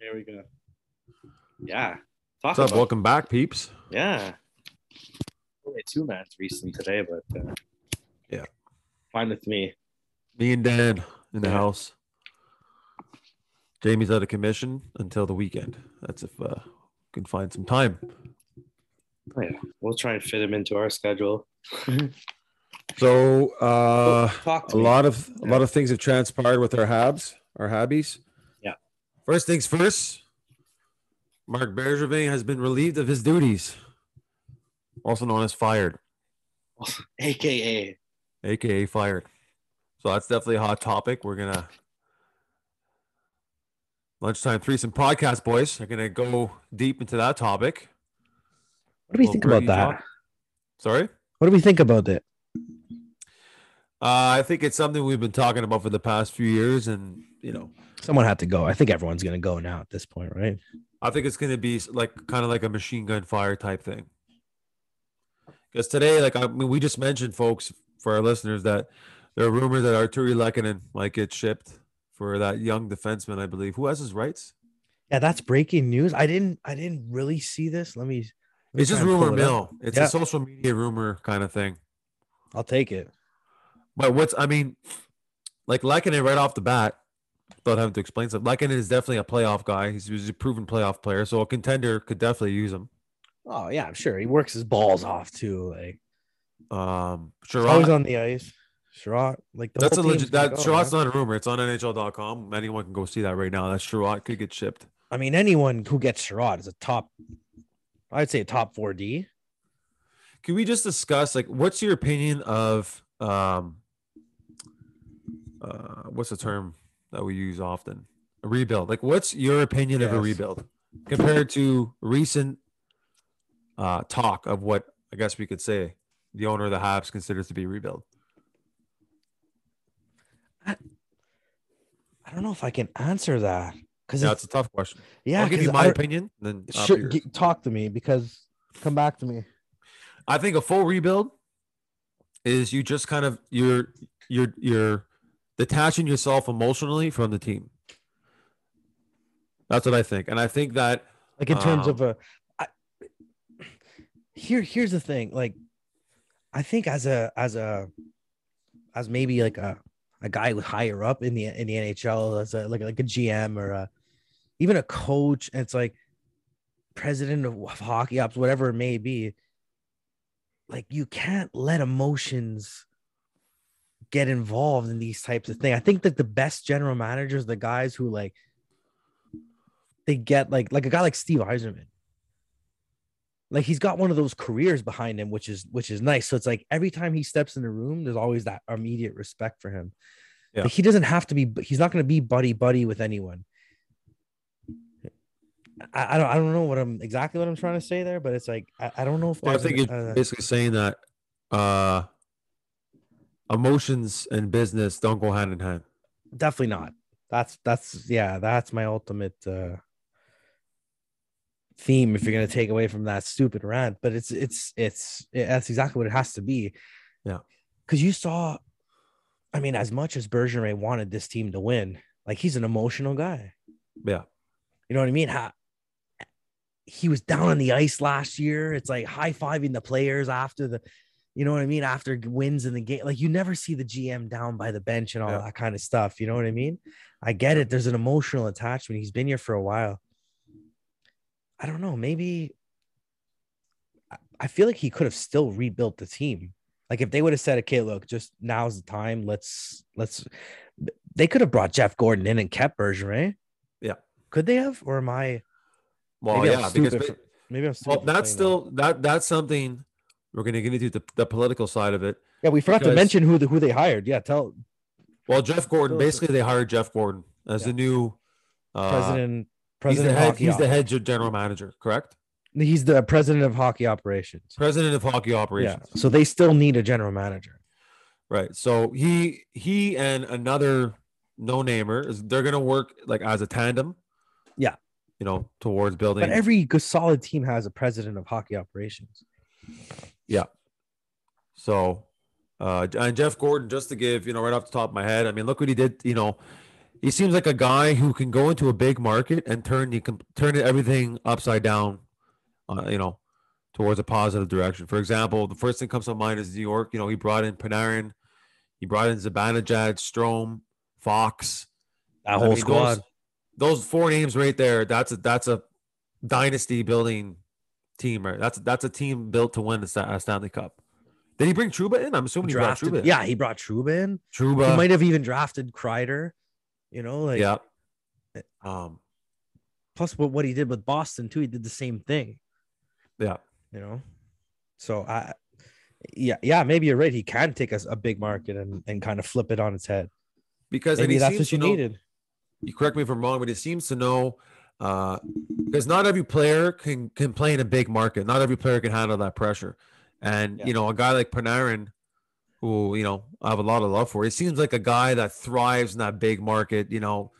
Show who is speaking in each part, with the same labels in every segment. Speaker 1: There we go. Yeah. Talk
Speaker 2: What's up?
Speaker 1: about-
Speaker 2: Welcome back, peeps.
Speaker 1: Yeah. Only two mats recently today, but uh,
Speaker 2: Yeah.
Speaker 1: fine with me.
Speaker 2: Me and Dan in the
Speaker 1: Yeah.
Speaker 2: house. Jamie's out of commission until the weekend. That's if uh, we can find some time.
Speaker 1: We'll try and fit him into our schedule.
Speaker 2: So uh,
Speaker 1: Talk
Speaker 2: a
Speaker 1: to me.
Speaker 2: lot of a
Speaker 1: Oh, Yeah.
Speaker 2: lot of things have transpired with our Habs, our Habbies.
Speaker 1: Yeah.
Speaker 2: First things first. Mark Bergevin has been relieved of his duties, also known as fired,
Speaker 1: AKA.
Speaker 2: aka fired. So that's definitely a hot topic. We're gonna lunchtime threesome podcast boys are gonna go deep into that topic.
Speaker 3: What do we
Speaker 2: Well,
Speaker 3: think about
Speaker 2: Bergie
Speaker 3: that?
Speaker 2: John- Sorry, uh,
Speaker 3: What do we think about that?
Speaker 2: Uh, I think it's something we've been talking about for the past few years, and you know,
Speaker 3: Someone had to go. I think everyone's going to go now at this point, right?
Speaker 2: I think it's going to be s- like kind of like a machine gun fire type thing. Because today, like I mean, we just mentioned, folks, for our listeners, that there are rumors that Arturi Lekkinen might get shipped for that young defenseman, I believe, who has his rights.
Speaker 3: Yeah, that's breaking news. I didn't. I didn't really see this. Let me. let me
Speaker 2: It's
Speaker 3: try
Speaker 2: just
Speaker 3: and
Speaker 2: rumor
Speaker 3: pull it up.
Speaker 2: mill. It's
Speaker 3: Yeah.
Speaker 2: a social media rumor kind of thing.
Speaker 3: I'll take it.
Speaker 2: But what's I mean, like Lackinen right off the bat, without having to explain stuff. Lackinen is definitely a playoff guy. He's, he's a proven playoff player, so a contender could definitely use him.
Speaker 3: Oh yeah, I'm sure he works his balls off too. Like
Speaker 2: Um,
Speaker 3: he's always
Speaker 2: Sherrod,
Speaker 3: on the ice. Sherrod, like the
Speaker 2: that's a
Speaker 3: whole team's
Speaker 2: legit.
Speaker 3: gonna
Speaker 2: That
Speaker 3: go,
Speaker 2: Sherrod's
Speaker 3: huh?
Speaker 2: not a rumor. It's on NHL.com. Anyone can go see that right now. That Sherrod could get shipped.
Speaker 3: I mean, anyone who gets Sherrod is a top. I'd say a top four D.
Speaker 2: Can we just discuss like what's your opinion of um, uh, what's the term that we use often? A rebuild. Like, what's your opinion of a
Speaker 3: Yes.
Speaker 2: rebuild compared to recent uh, talk of what I guess we could say the owner of the Habs considers to be a rebuild?
Speaker 3: I don't know if I can answer that because
Speaker 2: Yeah, it's a tough question.
Speaker 3: yeah,
Speaker 2: I'll give
Speaker 3: 'cause
Speaker 2: you
Speaker 3: I
Speaker 2: my
Speaker 3: don't-
Speaker 2: opinion. Then after
Speaker 3: Sure,
Speaker 2: yours.
Speaker 3: g- talk to me because come back to me.
Speaker 2: I think a full rebuild is you just kind of you're you're you're detaching yourself emotionally from the team. That's what I think, and I think that
Speaker 3: like in terms of
Speaker 2: Um,
Speaker 3: a I, here here's the thing like i think as a as a as maybe like a a guy with higher up in the in the nhl as a like like a gm or a even a coach and it's like president of hockey ops whatever it may be like you can't let emotions get involved in these types of things i think that the best general managers the guys who like they get like like a guy like Steve Eiserman. Like he's got one of those careers behind him, which is which is nice. So it's like every time he steps in the room, there's always that immediate respect for him.
Speaker 2: Yeah.
Speaker 3: Like, he doesn't have to be. He's not going to be buddy buddy with anyone. I, I don't. I don't know what I'm exactly what I'm trying to say there, but it's like I, I don't know if
Speaker 2: well, I
Speaker 3: there's
Speaker 2: think
Speaker 3: an-
Speaker 2: it's
Speaker 3: uh,
Speaker 2: basically saying that uh, emotions and business don't go hand in hand.
Speaker 3: definitely not. That's that's yeah. That's my ultimate uh, theme. If you're gonna take away from that stupid rant, but it's it's it's it, that's exactly what it has to be.
Speaker 2: Yeah.
Speaker 3: because you saw, I mean, as much as Bergeron wanted this team to win, like he's an emotional guy.
Speaker 2: Yeah.
Speaker 3: you know what I mean. How he was down on the ice last year. It's like high fiving the players after the. You know what I mean? After wins in the game, like you never see the GM down by the bench and all
Speaker 2: Yeah.
Speaker 3: that kind of stuff. You know what I mean? I get it. There's an emotional attachment. He's been here for a while. I don't know. Maybe I- I feel like he could have still rebuilt the team. Like if they would have said, "Okay, look, just now's the time. Let's let's," they could have brought Jeff Gordon in and kept Bergeron.
Speaker 2: Yeah.
Speaker 3: Could they have? Or am I?
Speaker 2: Well,
Speaker 3: Maybe I'm
Speaker 2: yeah, because
Speaker 3: stupid for- Maybe I'm.
Speaker 2: well,
Speaker 3: stupid for saying
Speaker 2: that's
Speaker 3: that.
Speaker 2: still that that's something we're going to get into the, the political side of it.
Speaker 3: Yeah, we forgot
Speaker 2: because-
Speaker 3: to mention who the, who they hired. Yeah, tell
Speaker 2: Well, Jeff Gordon,
Speaker 3: Still a-
Speaker 2: basically, they hired Jeff Gordon as
Speaker 3: Yeah.
Speaker 2: the new uh,
Speaker 3: president.
Speaker 2: He's the
Speaker 3: President.
Speaker 2: head.
Speaker 3: of hockey
Speaker 2: He's the
Speaker 3: op-
Speaker 2: head general manager, correct?
Speaker 3: He's the president of hockey operations.
Speaker 2: President of hockey
Speaker 3: Yeah.
Speaker 2: operations.
Speaker 3: So they still need a general manager.
Speaker 2: Right. So he he and another no namer is they're gonna work like as a tandem.
Speaker 3: Yeah.
Speaker 2: You know, towards building.
Speaker 3: But every good solid team has a president of hockey operations.
Speaker 2: So, uh, and Jeff Gordon, just to give you know right off the top of my head, I mean, look what he did. You know, he seems like a guy who can go into a big market and turn the com- turn everything upside down. Uh, you know, towards a positive direction. For example, the first thing comes to mind is New York. You know, he brought in Panarin, he brought in Zibanejad, Strom, Fox.
Speaker 3: That
Speaker 2: I
Speaker 3: whole
Speaker 2: mean,
Speaker 3: squad.
Speaker 2: Those, those four names right there. That's a that's a dynasty building team. Right? That's that's a team built to win a, Sta- a Stanley Cup. Did he bring Truba in? I'm assuming he brought
Speaker 3: drafted.
Speaker 2: Truba.
Speaker 3: Yeah, he brought Truba in.
Speaker 2: Truba.
Speaker 3: he might have even drafted Kreider. You know, like
Speaker 2: yeah. Um.
Speaker 3: plus what, what he did with Boston too, he did the same thing.
Speaker 2: Yeah.
Speaker 3: You know, so I, yeah, yeah, maybe you're right. He can take us a, big market and, and kind of flip it on its head.
Speaker 2: Because and
Speaker 3: Maybe
Speaker 2: he
Speaker 3: that's
Speaker 2: seems
Speaker 3: what
Speaker 2: to
Speaker 3: you
Speaker 2: know-
Speaker 3: needed.
Speaker 2: you correct me if I'm wrong, but he seems to know uh, because not every player can can play in a big market. Not every player can handle that pressure. And
Speaker 1: Yeah.
Speaker 2: you know, a guy like Panarin, who you know I have a lot of love for, he seems like a guy that thrives in that big market. You know,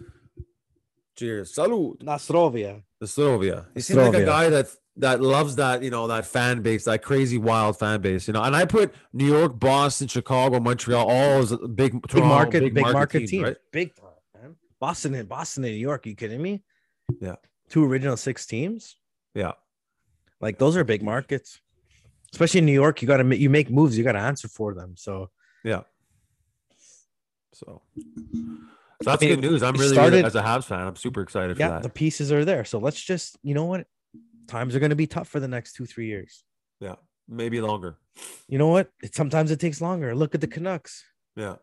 Speaker 2: cheers, salud,
Speaker 3: Nasrovia.
Speaker 2: the Slovia. He seems like a
Speaker 3: Slovia.
Speaker 2: guy that that loves that you know that fan base, that crazy wild fan base. You know, and I put New York, Boston, Chicago, Montreal, all as big
Speaker 3: Big
Speaker 2: Toronto,
Speaker 3: market, big, market, teams.
Speaker 2: right?
Speaker 3: Big time, man. Boston and Boston and New York. you kidding me?
Speaker 2: Yeah.
Speaker 3: Two original six teams.
Speaker 2: Yeah.
Speaker 3: Like those are big markets. Especially in New York, you gotta ma- you make moves, you gotta answer for them. So
Speaker 2: So that's
Speaker 3: mean,
Speaker 2: good news. I'm
Speaker 3: it
Speaker 2: really,
Speaker 3: started-
Speaker 2: as a Habs fan, I'm super excited
Speaker 3: yeah,
Speaker 2: for that.
Speaker 3: the pieces are there. So let's just you know what? Times are gonna be tough for the next two, three years.
Speaker 2: yeah, maybe longer.
Speaker 3: You know what? It, sometimes it takes longer. Look at the Canucks.
Speaker 2: Yeah,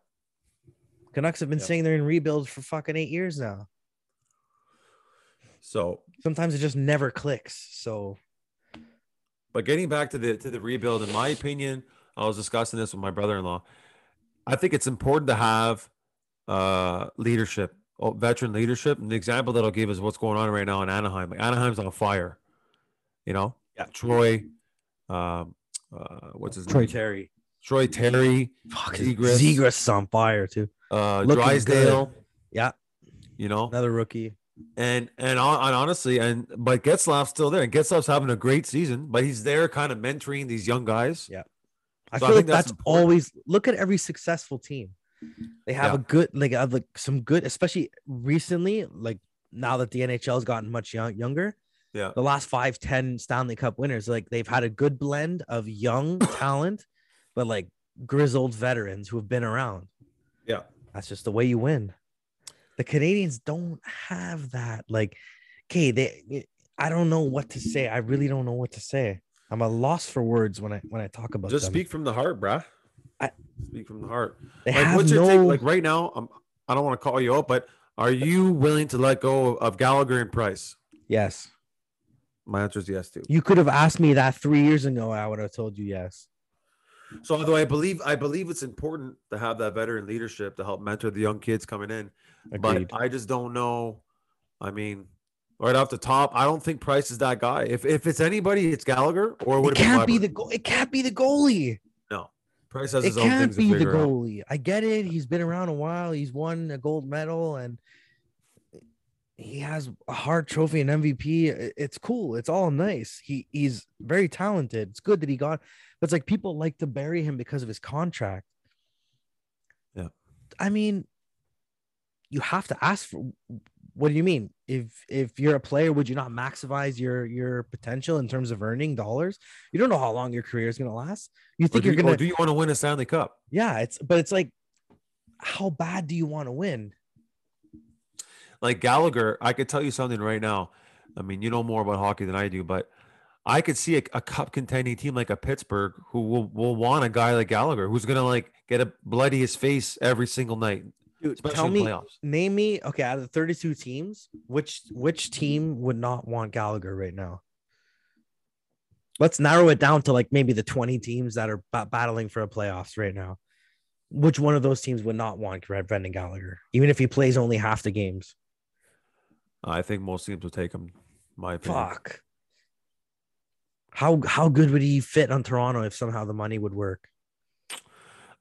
Speaker 3: Canucks have been
Speaker 2: Yeah.
Speaker 3: saying they're in rebuild for fucking eight years now.
Speaker 2: so
Speaker 3: Sometimes it just never clicks. So
Speaker 2: But getting back to the to the rebuild, in my opinion, I was discussing this with my brother-in-law. I think it's important to have uh, leadership, oh, veteran leadership. And the example that I'll give is what's going on right now in Anaheim. Like Anaheim's on fire, you know.
Speaker 3: Yeah.
Speaker 2: Troy, um, uh, what's his name?
Speaker 3: Terry.
Speaker 2: Troy Terry,
Speaker 3: Fuck
Speaker 2: Zegras.
Speaker 3: Zegras. Zegras is on fire too.
Speaker 2: uh,
Speaker 3: Looking
Speaker 2: Drysdale.
Speaker 3: Yeah.
Speaker 2: you know.
Speaker 3: Another rookie.
Speaker 2: And and hon- and honestly, and but Getzlaff's still there, and Getzlaff's having a great season, but he's there kind of mentoring these young guys.
Speaker 3: Yeah. I
Speaker 2: So I
Speaker 3: feel like
Speaker 2: think that's
Speaker 3: that's,
Speaker 2: important.
Speaker 3: always look at every successful team. They have
Speaker 2: Yeah.
Speaker 3: a good like uh, like some good, especially recently. Like now that the NHL's gotten much young, younger,
Speaker 2: Yeah.
Speaker 3: the last five, 10 Stanley Cup winners, like they've had a good blend of young talent, but like grizzled veterans who have been around.
Speaker 2: Yeah.
Speaker 3: That's just the way you win. The Canadians don't have that. Like, okay, they I don't know what to say. I really don't know what to say. I'm a loss for words when I when I talk about
Speaker 2: Just
Speaker 3: them.
Speaker 2: speak from the heart, bruh.
Speaker 3: I-
Speaker 2: speak from the heart.
Speaker 3: They
Speaker 2: Like,
Speaker 3: have
Speaker 2: what's
Speaker 3: no
Speaker 2: your take? Like right now, I'm, I don't want to call you out, but are you willing to let go of Gallagher and Price?
Speaker 3: yes.
Speaker 2: My answer is yes, too.
Speaker 3: You could have asked me that three years ago. I would have told you yes.
Speaker 2: So although I believe I believe it's important to have that veteran leadership to help mentor the young kids coming in,
Speaker 3: Agreed.
Speaker 2: but I just don't know. I mean, right off the top, I don't think Price is that guy. If if it's anybody, it's Gallagher or
Speaker 3: it
Speaker 2: would
Speaker 3: can't be the goal. It can't be the goalie.
Speaker 2: Price has
Speaker 3: It
Speaker 2: his own
Speaker 3: can't
Speaker 2: things
Speaker 3: be
Speaker 2: to
Speaker 3: the
Speaker 2: figure out.
Speaker 3: goalie. I get it. He's been around a while. He's won a gold medal and he has a hard trophy and MVP. I- It's cool. It's all nice. He he's very talented. It's good that he got. But it's like people like to bury him because of his contract.
Speaker 2: Yeah.
Speaker 3: I mean, you have to ask for what do you mean? If if you're a player, would you not maximize your your potential in terms of earning dollars? You don't know how long your career is gonna last. You
Speaker 2: Or
Speaker 3: think
Speaker 2: do,
Speaker 3: you're
Speaker 2: you, or
Speaker 3: gonna
Speaker 2: do you want to win a Stanley Cup?
Speaker 3: yeah, it's but it's like, how bad do you want to win?
Speaker 2: Like Gallagher, I could tell you something right now. I mean, you know more about hockey than I do, but I could see a, a cup contending team like a Pittsburgh who will, will want a guy like Gallagher who's gonna like get a bloody his face every single night,
Speaker 3: Dude,
Speaker 2: especially
Speaker 3: tell
Speaker 2: in
Speaker 3: me,
Speaker 2: playoffs.
Speaker 3: name me. Okay, out of the thirty-two teams, which which team would not want Gallagher right now? Let's narrow it down to like maybe the twenty teams that are ba- battling for a playoffs right now. Which one of those teams would not want Bre- Brendan Gallagher, even if he plays only half the games?
Speaker 2: I think most teams will take him. My opinion.
Speaker 3: Fuck. How how good would he fit on Toronto if somehow the money would work?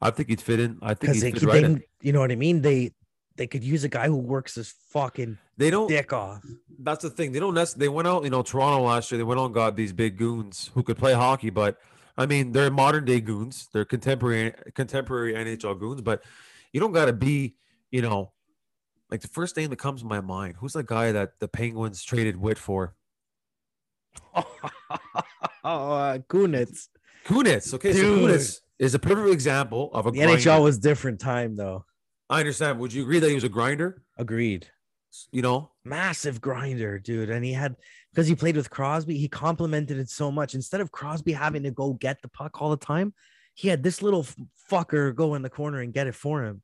Speaker 2: I think he'd fit in. I think
Speaker 3: because
Speaker 2: he'd
Speaker 3: they,
Speaker 2: fit
Speaker 3: could-
Speaker 2: right
Speaker 3: they
Speaker 2: in.
Speaker 3: can- you know what I mean. They they could use a guy who works his fucking
Speaker 2: They don't.
Speaker 3: dick off.
Speaker 2: That's the thing. They don't. nec- They went out. You know, Toronto last year. They went out and got these big goons who could play hockey, but I mean, they're modern day goons. They're contemporary contemporary NHL goons, but you don't got to be, you know, like the first name that comes to my mind. Who's the guy that the Penguins traded Wit for?
Speaker 3: Oh, uh, Kunitz.
Speaker 2: Kunitz. Okay, so
Speaker 3: Dude.
Speaker 2: Kunitz is a perfect example of a
Speaker 3: The
Speaker 2: grinder.
Speaker 3: NHL was different time though.
Speaker 2: I understand. Would you agree that he was a grinder?
Speaker 3: Agreed.
Speaker 2: You know,
Speaker 3: Massive grinder, dude. And he had because he played with Crosby, he complimented it so much. Instead of Crosby having to go get the puck all the time, he had this little f- fucker go in the corner and get it for him.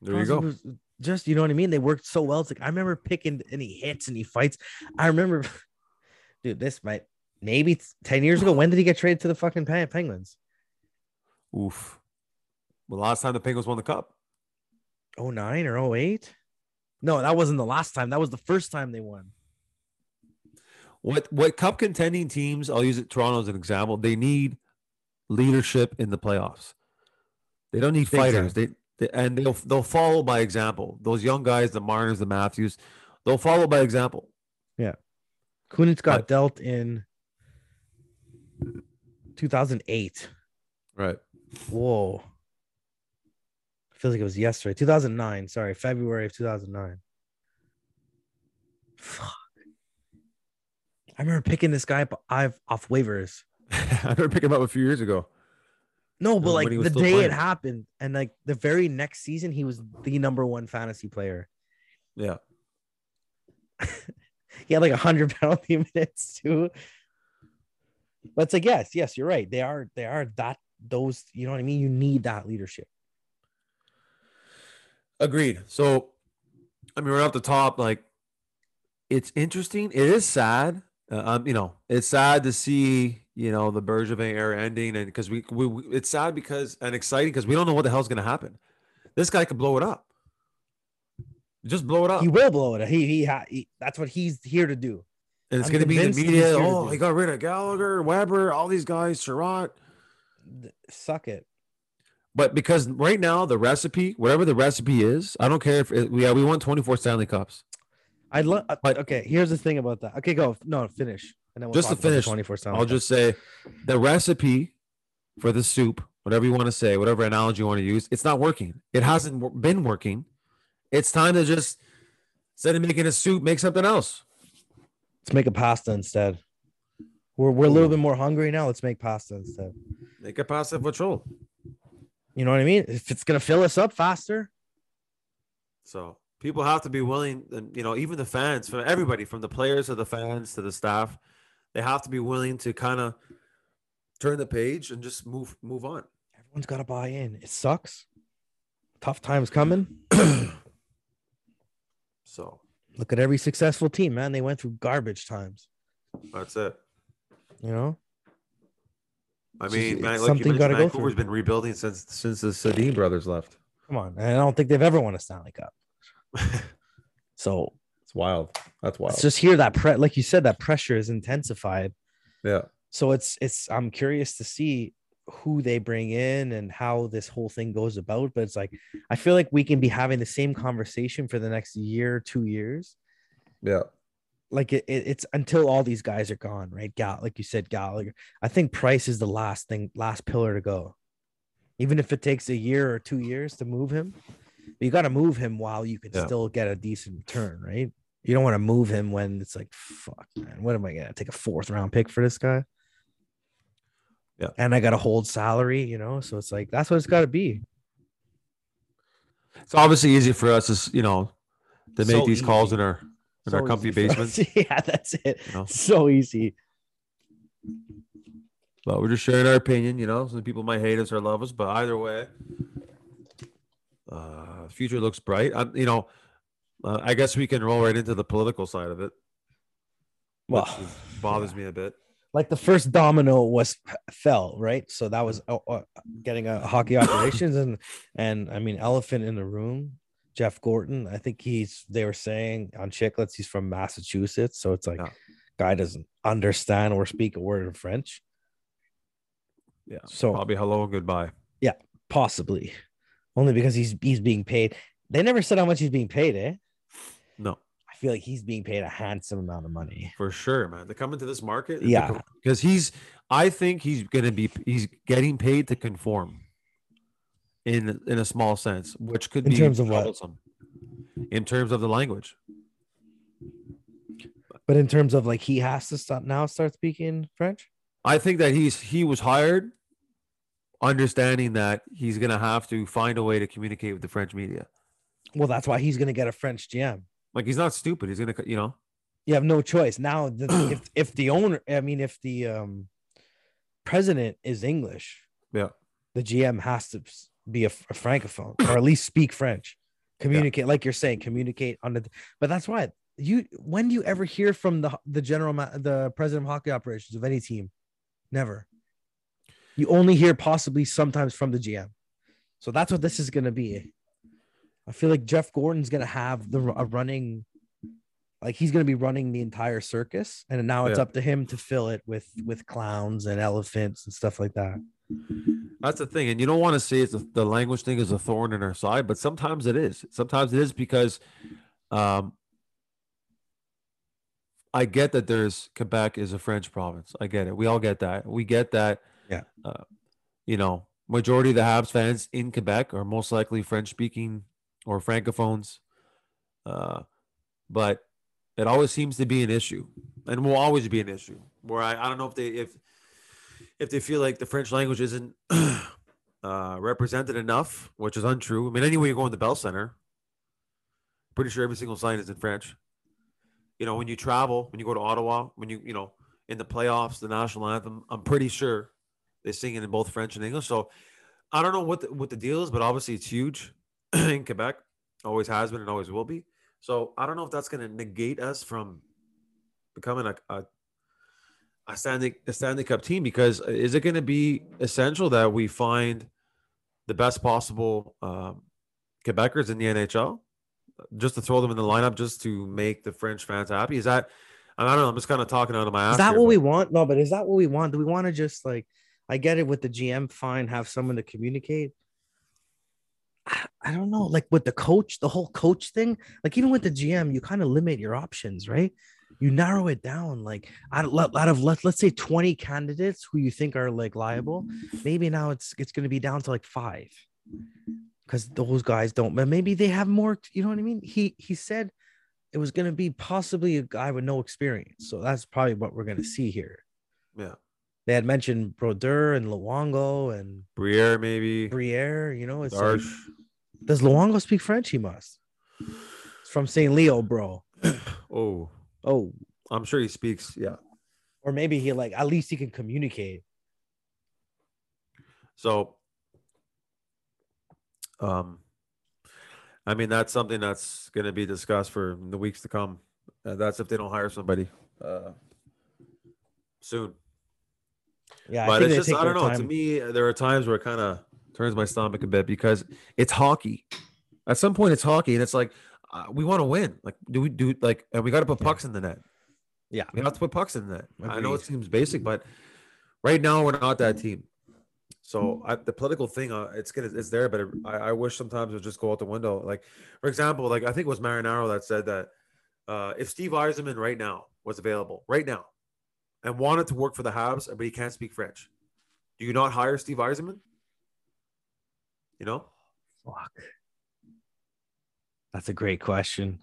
Speaker 2: there you
Speaker 3: Crosby
Speaker 2: go.
Speaker 3: was just you know what I mean. They worked so well. It's like I remember picking and he hits and he fights. I remember, dude. This might maybe t- ten years ago. When did he get traded to the fucking Pen- Penguins?
Speaker 2: Oof. The last time the Penguins won the cup.
Speaker 3: 09 Oh, or 08? No, that wasn't the last time. That was the first time they won.
Speaker 2: What what cup contending teams? I'll use it Toronto as an example. They need leadership in the playoffs. They don't need
Speaker 3: Big time.
Speaker 2: fighters. They, they and they'll they'll follow by example. Those young guys, the Marners, the Matthews, they'll follow by example.
Speaker 3: Kunitz got
Speaker 2: But-
Speaker 3: dealt in 2008.
Speaker 2: Right.
Speaker 3: Whoa. Feels like it was yesterday. 2009. Sorry, February of 2009. Fuck. I remember picking this guy up I've, off waivers.
Speaker 2: I remember picking him up a few years ago.
Speaker 3: No, but
Speaker 2: When
Speaker 3: like
Speaker 2: he was
Speaker 3: the
Speaker 2: still
Speaker 3: day
Speaker 2: playing.
Speaker 3: it happened, and like the very next season, he was the number one fantasy player.
Speaker 2: Yeah.
Speaker 3: he had like 100 penalty minutes too but it's like yes yes you're right they are they are that those you know what i mean you need that leadership
Speaker 2: Agreed. So, I mean, right off the top, like, it's interesting. It is sad. Uh, um, you know, it's sad to see you know the Bergevin era ending, and because we, we, we, it's sad because and exciting because we don't know what the hell's going to happen. This guy could blow it up. Just blow it up,
Speaker 3: he will blow it he he, ha- he that's what he's here to do
Speaker 2: and it's
Speaker 3: I'm
Speaker 2: going to be in the
Speaker 3: convinced he's
Speaker 2: media.
Speaker 3: here to
Speaker 2: Oh,
Speaker 3: do
Speaker 2: he
Speaker 3: it."
Speaker 2: got rid of Gallagher, Weber, all these guys, Sherratt.
Speaker 3: Th- suck it
Speaker 2: But because right now the recipe, whatever the recipe is, I don't care if it, yeah we won twenty four Stanley Cups.
Speaker 3: i love
Speaker 2: But-
Speaker 3: okay here's the thing about that okay go no finish and then we'll
Speaker 2: Just
Speaker 3: talk about
Speaker 2: to
Speaker 3: the
Speaker 2: finish,
Speaker 3: 24 sound
Speaker 2: I'll just say the recipe for the soup, whatever you want to say, whatever analogy you want to use, it's not working. It hasn't wor- been working. It's time to just instead of making a soup, make something else.
Speaker 3: let's make a pasta instead we're, we're a little bit more hungry now let's make pasta instead
Speaker 2: Make a pasta patrol.
Speaker 3: you know what i mean if it's gonna fill us up faster
Speaker 2: So people have to be willing, and you know, even the fans, from everybody, from the players to the fans to the staff, they have to be willing to kind of turn the page and just move move on.
Speaker 3: everyone's gotta buy in it sucks tough times coming
Speaker 2: So
Speaker 3: look at every successful team, man. They went through garbage times,
Speaker 2: that's it.
Speaker 3: you know.
Speaker 2: I
Speaker 3: It's
Speaker 2: mean,
Speaker 3: just-
Speaker 2: man,
Speaker 3: it's
Speaker 2: like
Speaker 3: something
Speaker 2: you
Speaker 3: gotta go
Speaker 2: mentioned,
Speaker 3: through.
Speaker 2: Vancouver's been rebuilding since since the Sedin brothers left.
Speaker 3: Come on, and I don't think they've ever won a Stanley Cup. So
Speaker 2: It's wild. That's wild.
Speaker 3: it's just here that pre, like you said, that pressure is intensified.
Speaker 2: yeah.
Speaker 3: So it's it's I'm curious to see who they bring in and how this whole thing goes about. But it's like I feel like we can be having the same conversation for the next year, two years.
Speaker 2: Yeah.
Speaker 3: Like it, it, it's until all these guys are gone, right? Gal, like you said, Gallagher. I think Price is the last thing, last pillar to go. Even if it takes a year or two years to move him, you got to move him while you can
Speaker 2: Yeah.
Speaker 3: still get a decent return, right? You don't want to move him when it's like, fuck, man, what am I gonna take a fourth round pick for this guy?
Speaker 2: Yeah.
Speaker 3: and I got to hold salary, you know. So it's like that's what it's got to be.
Speaker 2: It's obviously easy for us, as, you know, to make
Speaker 3: So
Speaker 2: these calls
Speaker 3: easy.
Speaker 2: in our in
Speaker 3: So
Speaker 2: our comfy
Speaker 3: easy for
Speaker 2: basements.
Speaker 3: us. yeah, that's it.
Speaker 2: You know?
Speaker 3: So easy.
Speaker 2: But we're just sharing our opinion. You know, some people might hate us or love us, but either way, uh, future looks bright. i you know, uh, I guess we can roll right into the political side of it. which
Speaker 3: Well,
Speaker 2: is- bothers me a bit.
Speaker 3: like the first domino was fell right so that was uh, uh, getting a hockey operations and and i mean elephant in the room jeff gorton i think he's they were saying on chicklets he's from massachusetts so it's like
Speaker 2: Yeah.
Speaker 3: guy doesn't understand or speak a word in french
Speaker 2: Yeah.
Speaker 3: so
Speaker 2: Probably hello and goodbye.
Speaker 3: possibly only because he's he's being paid they never said how much he's being paid eh
Speaker 2: No.
Speaker 3: i feel like he's being paid a handsome amount of money.
Speaker 2: for sure, man. To come into this market,
Speaker 3: Yeah.
Speaker 2: because he's. I think he's gonna be. He's getting paid to conform. In in a small sense, which could
Speaker 3: In
Speaker 2: be
Speaker 3: terms of what?
Speaker 2: troublesome. In terms of the language,
Speaker 3: But in terms of like he has to stop now start speaking French.
Speaker 2: I think that he's he was hired, understanding that he's gonna have to find a way to communicate with the French media.
Speaker 3: Well, that's why he's gonna get a French GM.
Speaker 2: Like he's not stupid. He's gonna, you know,
Speaker 3: You have no choice now. The, if if the owner, I mean, if the um, president is English,
Speaker 2: Yeah.
Speaker 3: the GM has to s- be a, f- a francophone or at least speak French. Communicate, like you're saying, communicate under. The, but that's why you. When do you ever hear from the the general, ma- the president of hockey operations of any team? Never. You only hear possibly sometimes from the GM. So that's what this is going to be. I feel like Jeff Gordon's going to have the a running, like he's going to be running the entire circus, and now it's
Speaker 2: Yeah.
Speaker 3: up to him to fill it with with clowns and elephants and stuff like that.
Speaker 2: That's the thing, and you don't want to say it's a, the language thing is a thorn in our side, but sometimes it is. Sometimes it is because, um, I get that there's Quebec is a French province. I get it. We all get that. We get that.
Speaker 3: Yeah.
Speaker 2: Uh, you know, majority of the Habs fans in Quebec are most likely French speaking or francophones, uh, but it always seems to be an issue, and will always be an issue. Where I, I don't know if they if if they feel like the French language isn't uh, represented enough, which is untrue. I mean, anyway, you go in the Bell Center, pretty sure every single sign is in French. You know, when you travel, when you go to Ottawa, when you you know in the playoffs, the national anthem, I'm pretty sure they sing it in both French and English. So I don't know what the, what the deal is, but obviously it's huge in Quebec, always has been and always will be. So I don't know if that's going to negate us from becoming a, a a Stanley a Stanley Cup team because uh, is it going to be essential that we find the best possible um, Quebecers in the NHL just to throw them in the lineup just to make the French fans happy? Is that I don't know. I'm just kind of talking out of my ass.
Speaker 3: Is that
Speaker 2: here,
Speaker 3: what
Speaker 2: but-
Speaker 3: we want? No, but is that what we want? Do we want to just like I get it with the GM fine, have someone to communicate? I, I don't know, like with the coach, the whole coach thing, like even with the GM, you kind of limit your options, right? You narrow it down. Like out of, out of let, let's say 20 candidates who you think are like liable, maybe now it's it's gonna be down to like five. Because those guys don't, but maybe they have more, you know what I mean? He he said it was going to be possibly a guy with no experience. So that's probably what we're going to see here.
Speaker 2: Yeah,
Speaker 3: They had mentioned Brodeur and Luongo and
Speaker 2: Briere maybe.
Speaker 3: Briere. You know, it's like,
Speaker 2: Darsh.
Speaker 3: does Luongo speak French? He must. It's from St. Leo, bro.
Speaker 2: Oh,
Speaker 3: Oh,
Speaker 2: I'm sure he speaks. Yeah.
Speaker 3: or maybe he like at least he can communicate.
Speaker 2: So, um, I mean, that's something that's going to be discussed for the weeks to come. Uh, that's if they don't hire somebody uh, soon.
Speaker 3: Yeah,
Speaker 2: but it's
Speaker 3: they
Speaker 2: just,
Speaker 3: take
Speaker 2: I don't
Speaker 3: their
Speaker 2: know. To
Speaker 3: time.
Speaker 2: me, there are times where it kind of turns my stomach a bit because it's hockey. At some point, it's hockey, and it's like, uh, we want to win. Like, do we do like, and we got to put
Speaker 3: Yeah.
Speaker 2: pucks in the net.
Speaker 3: Yeah.
Speaker 2: we have to put pucks in the net. I know
Speaker 3: Agreed.
Speaker 2: it seems basic, but right now we're not that team. So I, the political thing, uh, it's gonna, it's there, but it, I, I wish sometimes it would just go out the window. Like, for example, like I think it was Marinaro that said that uh, if Steve Eiserman right now was available, right now, and wanted to work for the Habs, but he can't speak French, do you not hire Steve Eiserman? You know,
Speaker 3: Fuck. That's a great question.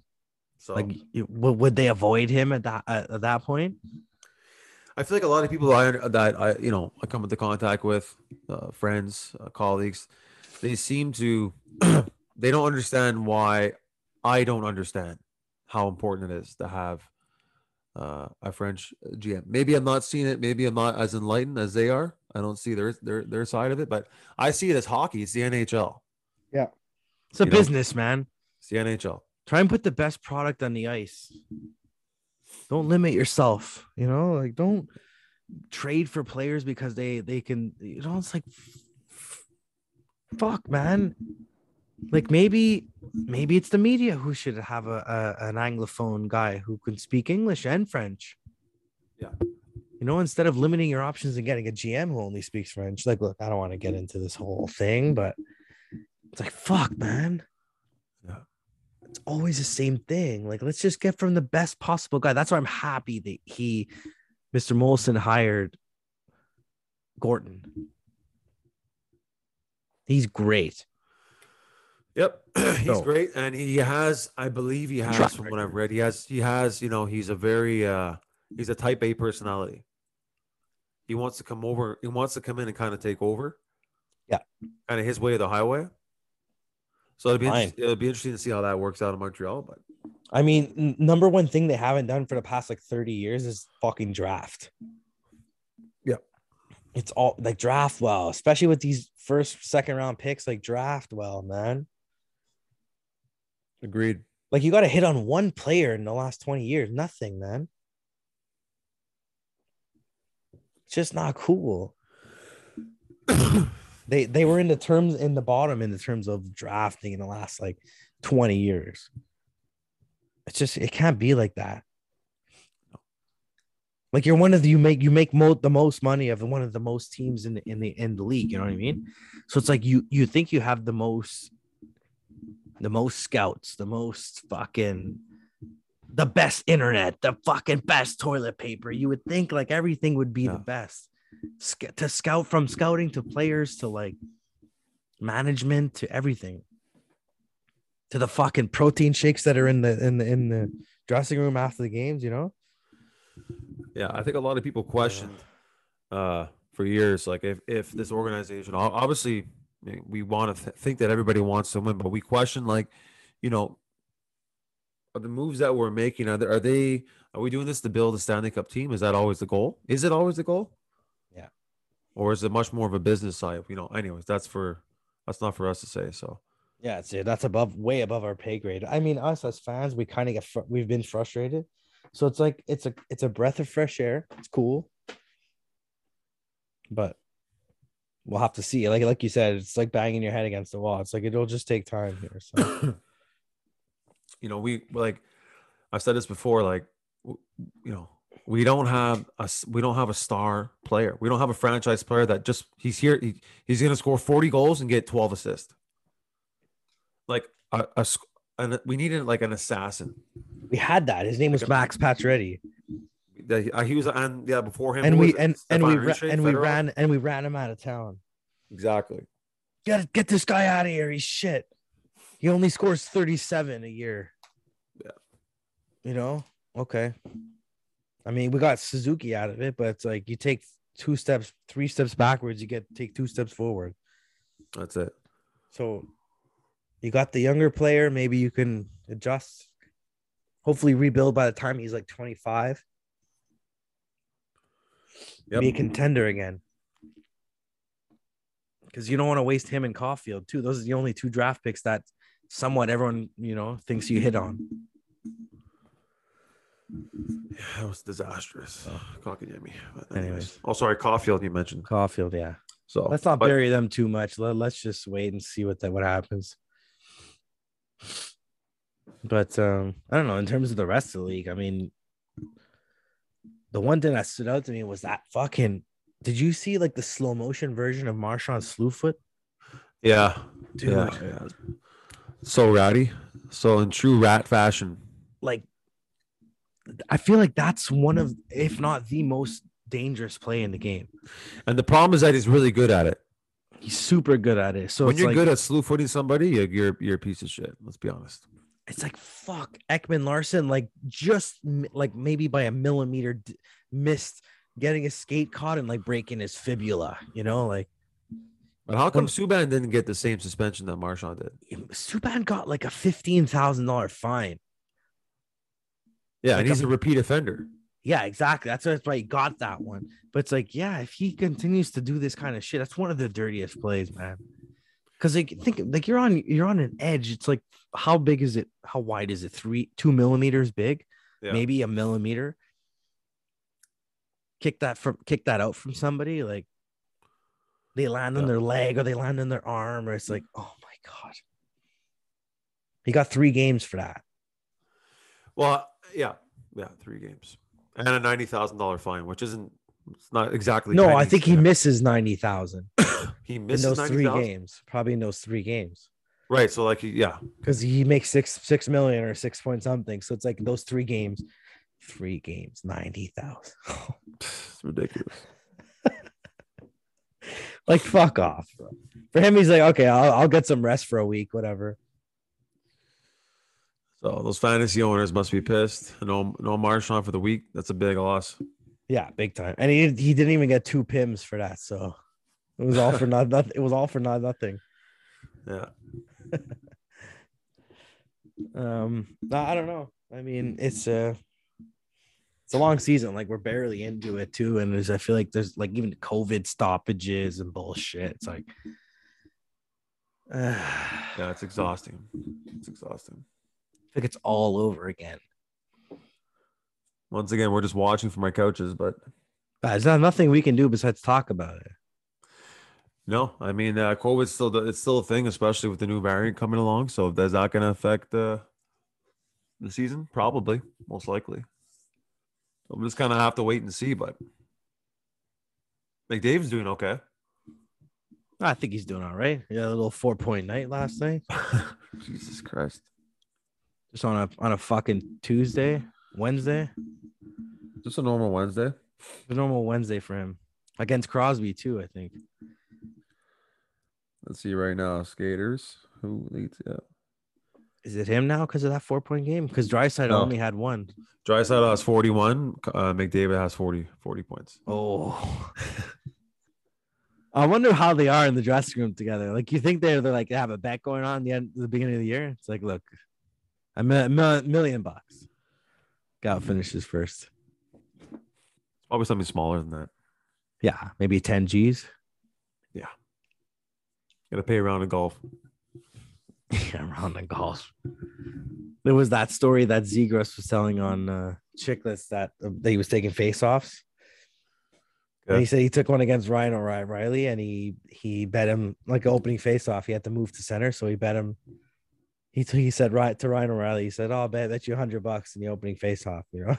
Speaker 2: so
Speaker 3: Like, you, would would they avoid him at that at, at that point?
Speaker 2: I feel like a lot of people that I, that I you know I come into contact with, uh, friends, uh, colleagues, they seem to they don't understand why I don't understand how important it is to have uh, a French GM. Maybe I'm not seeing it. Maybe I'm not as enlightened as they are. I don't see their their their side of it, but I see it as hockey. It's the NHL.
Speaker 3: It's a
Speaker 2: You know-
Speaker 3: business, man.
Speaker 2: It's the NHL.
Speaker 3: try and put the best product on the ice don't limit yourself you know like don't trade for players because they they can you know it's like f- f- fuck man like maybe maybe it's the media who should have a, a an anglophone guy who can speak english and french
Speaker 2: Yeah.
Speaker 3: you know instead of limiting your options and getting a gm who only speaks french like look i don't want to get into this whole thing but it's like fuck man
Speaker 2: Yeah.
Speaker 3: it's always the same thing. Like, let's just get from the best possible guy. That's why I'm happy that he, Mr. Molson, hired Gorton. He's great.
Speaker 2: Yep, he's
Speaker 3: No.
Speaker 2: great, and he has, I believe, he has,
Speaker 3: Track
Speaker 2: from what I've read, he has, he has, you know, he's a very, uh he's a Type A personality. He wants to come over. He wants to come in and kind of take over.
Speaker 3: Yeah.
Speaker 2: kind of his way of the highway. So it'll be
Speaker 3: Fine.
Speaker 2: interest- it'll be interesting to see how that works out in Montreal. But
Speaker 3: I mean, n- number one thing they haven't done for the past like 30 years is fucking draft.
Speaker 2: Yep.
Speaker 3: It's all like draft well, especially with these first, second round picks, like draft well, man.
Speaker 2: agreed.
Speaker 3: Like you got to hit on one player in the last 20 years. Nothing, man. It's just not cool. They they were in the terms in the bottom in the terms of drafting in the last like 20 years. It's just it can't be like that. Like you're one of the you make you make mo- the most money of one of the most teams in the in the in the league, you know what I mean? So it's like you you think you have the most the most scouts, the most fucking the best internet, the fucking best toilet paper. You would think like everything would be
Speaker 2: Yeah.
Speaker 3: the best. Sc- to scout from scouting to players to like management to everything. To the fucking protein shakes that are in the in the in the dressing room after the games, you know?
Speaker 2: Yeah, I think a lot of people questioned uh, for years, like if if this organization, ob- obviously, I mean, we want to th- think that everybody wants to win, but we question, like, you know, are the moves that we're making are they, are they are we doing this to build a Stanley Cup team? Is that always the goal? Is it always the goal?
Speaker 3: Yeah.
Speaker 2: Or is it much more of a business side? You know, anyways, that's for that's not for us to say. So
Speaker 3: Yeah, it's it. That's above, way above our pay grade. I mean, us as fans, we kind of get fr- we've been frustrated, so it's like it's a it's a breath of fresh air. It's cool, but we'll have to see. Like like you said, it's like banging your head against the wall. It's like it'll just take time here. So
Speaker 2: you know, we like I've said this before, like w- you know, we don't have a s- we don't have a star player. We don't have a franchise player that just he's here. He, he's going to score forty goals and get twelve assists. Like a, a sc- an, we needed like an assassin.
Speaker 3: we had that. His name was Max Pacioretty,
Speaker 2: That he- uh, he was on yeah before him.
Speaker 3: and
Speaker 2: who
Speaker 3: we
Speaker 2: was it?
Speaker 3: and and we
Speaker 2: Stepan
Speaker 3: ra-
Speaker 2: Hrishi,
Speaker 3: and we
Speaker 2: Fedorov?
Speaker 3: ran and we ran him out of town.
Speaker 2: exactly.
Speaker 3: Get get this guy out of here. He's shit. He only scores 37 a year.
Speaker 2: Yeah.
Speaker 3: You know? Okay. I mean, we got Suzuki out of it, but it's like you take two steps, three steps backwards, you get take two steps forward.
Speaker 2: That's it.
Speaker 3: So you got the younger player, maybe you can adjust. Hopefully rebuild by the time he's like 25.
Speaker 2: Yep.
Speaker 3: Be a contender again. Because you don't want to waste him and Caulfield too. Those are the only two draft picks that somewhat everyone you know thinks you hit on.
Speaker 2: Yeah, that was disastrous. Kotkaniemi. But Anyways.
Speaker 3: Oh. Anyways.
Speaker 2: oh sorry, Caulfield you mentioned.
Speaker 3: Caulfield, yeah.
Speaker 2: So
Speaker 3: Let's not
Speaker 2: but-
Speaker 3: bury them too much. Let, let's just wait and see what that what happens. But um, I don't know. In terms of the rest of the league, I mean, the one thing that stood out to me was that fucking. Did you see like the slow motion version of Marshawn Slewfoot?
Speaker 2: Yeah.
Speaker 3: Dude.
Speaker 2: Yeah, yeah. So rowdy. So in true rat fashion.
Speaker 3: Like, I feel like that's one of, if not the most dangerous play in the game.
Speaker 2: And the problem is that he's really good at it.
Speaker 3: He's super good at it. So
Speaker 2: when
Speaker 3: it's
Speaker 2: you're
Speaker 3: like,
Speaker 2: good at slew footing somebody, you're, you're you're a piece of shit. Let's be honest.
Speaker 3: it's like fuck Ekman Larson, like just m- like maybe by a millimeter d- missed getting his skate caught and like breaking his fibula, you know, like
Speaker 2: But how come
Speaker 3: When-
Speaker 2: Subban didn't get the same suspension that Marshawn did?
Speaker 3: Subban got like a fifteen thousand dollar fine.
Speaker 2: Yeah,
Speaker 3: Like
Speaker 2: and
Speaker 3: a-
Speaker 2: he's a repeat offender.
Speaker 3: Yeah, exactly. That's that's why he got that one. But it's like, yeah, if he continues to do this kind of shit, that's one of the dirtiest plays, man. Because like think like you're on you're on an edge. It's like how big is it? How wide is it? Three two millimeters big,
Speaker 2: Yeah.
Speaker 3: maybe a millimeter. Kick that from kick that out from somebody like they land on
Speaker 2: Yeah.
Speaker 3: their leg or they land on their arm or it's like oh my god. He got three games for that.
Speaker 2: Well, yeah, yeah, three games and a ninety thousand dollar fine, which isn't it's not exactly.
Speaker 3: No, I
Speaker 2: pennies,
Speaker 3: think he
Speaker 2: you know.
Speaker 3: misses ninety thousand.
Speaker 2: he
Speaker 3: in
Speaker 2: missed
Speaker 3: those three
Speaker 2: 90,000?
Speaker 3: games, probably in those three games.
Speaker 2: Right. So like yeah.
Speaker 3: because he makes six six million or six point something. So it's like those three games, three games, ninety thousand.
Speaker 2: It's ridiculous.
Speaker 3: like fuck off. Bro. For him, he's like, okay, I'll, I'll get some rest for a week, whatever.
Speaker 2: So those fantasy owners must be pissed. No no Marshawn for the week. That's a big loss.
Speaker 3: Yeah, big time. And he he didn't even get two pims for that, so it was all for not nothing. It was all for not nothing.
Speaker 2: Yeah.
Speaker 3: Um, no, I don't know. I mean, it's a it's a long season. Like we're barely into it too, and there's I feel like there's like even COVID stoppages and bullshit. It's like, I
Speaker 2: Yeah, it's exhausting. It's exhausting.
Speaker 3: think it's all over again.
Speaker 2: Once again, we're just watching from our couches, but
Speaker 3: Uh, There's not nothing we can do besides talk about it.
Speaker 2: no, I mean uh, COVID's still the- it's still a thing, especially with the new variant coming along. So that's not going to affect the the season, probably, most likely. I'm just kind of have to wait and see. But McDavid's doing okay.
Speaker 3: I think he's doing all right. Yeah, a little four point night last night,
Speaker 2: Jesus Christ!
Speaker 3: just on a on a fucking Tuesday, Wednesday,
Speaker 2: Just a normal Wednesday.
Speaker 3: a normal Wednesday for him against Crosby too. I think.
Speaker 2: Let's see right now, skaters who leads. Yeah,
Speaker 3: Is it him now because of that four point game? Because Dryside
Speaker 2: No.
Speaker 3: only had one.
Speaker 2: Drysdale has 41. Uh, McDavid has 40, 40 points.
Speaker 3: Oh. I wonder how they are in the dressing room together. Like you think they're they're like they have a bet going on the end the beginning of the year. It's like look, a mi- mi- million bucks. Got finishes first.
Speaker 2: Probably something smaller than that.
Speaker 3: Yeah, maybe ten G's.
Speaker 2: Got to pay around in golf.
Speaker 3: yeah, round the golf. There was that story that Zegras was telling on uh, Chicklets that uh, that he was taking faceoffs. And
Speaker 2: Okay.
Speaker 3: he said he took one against Ryan O'Reilly, and he he bet him like an opening faceoff. He had to move to center, so he bet him. He t- he said right to Ryan O'Reilly. He said, "Oh, I bet bet you hundred bucks in the opening faceoff." You know.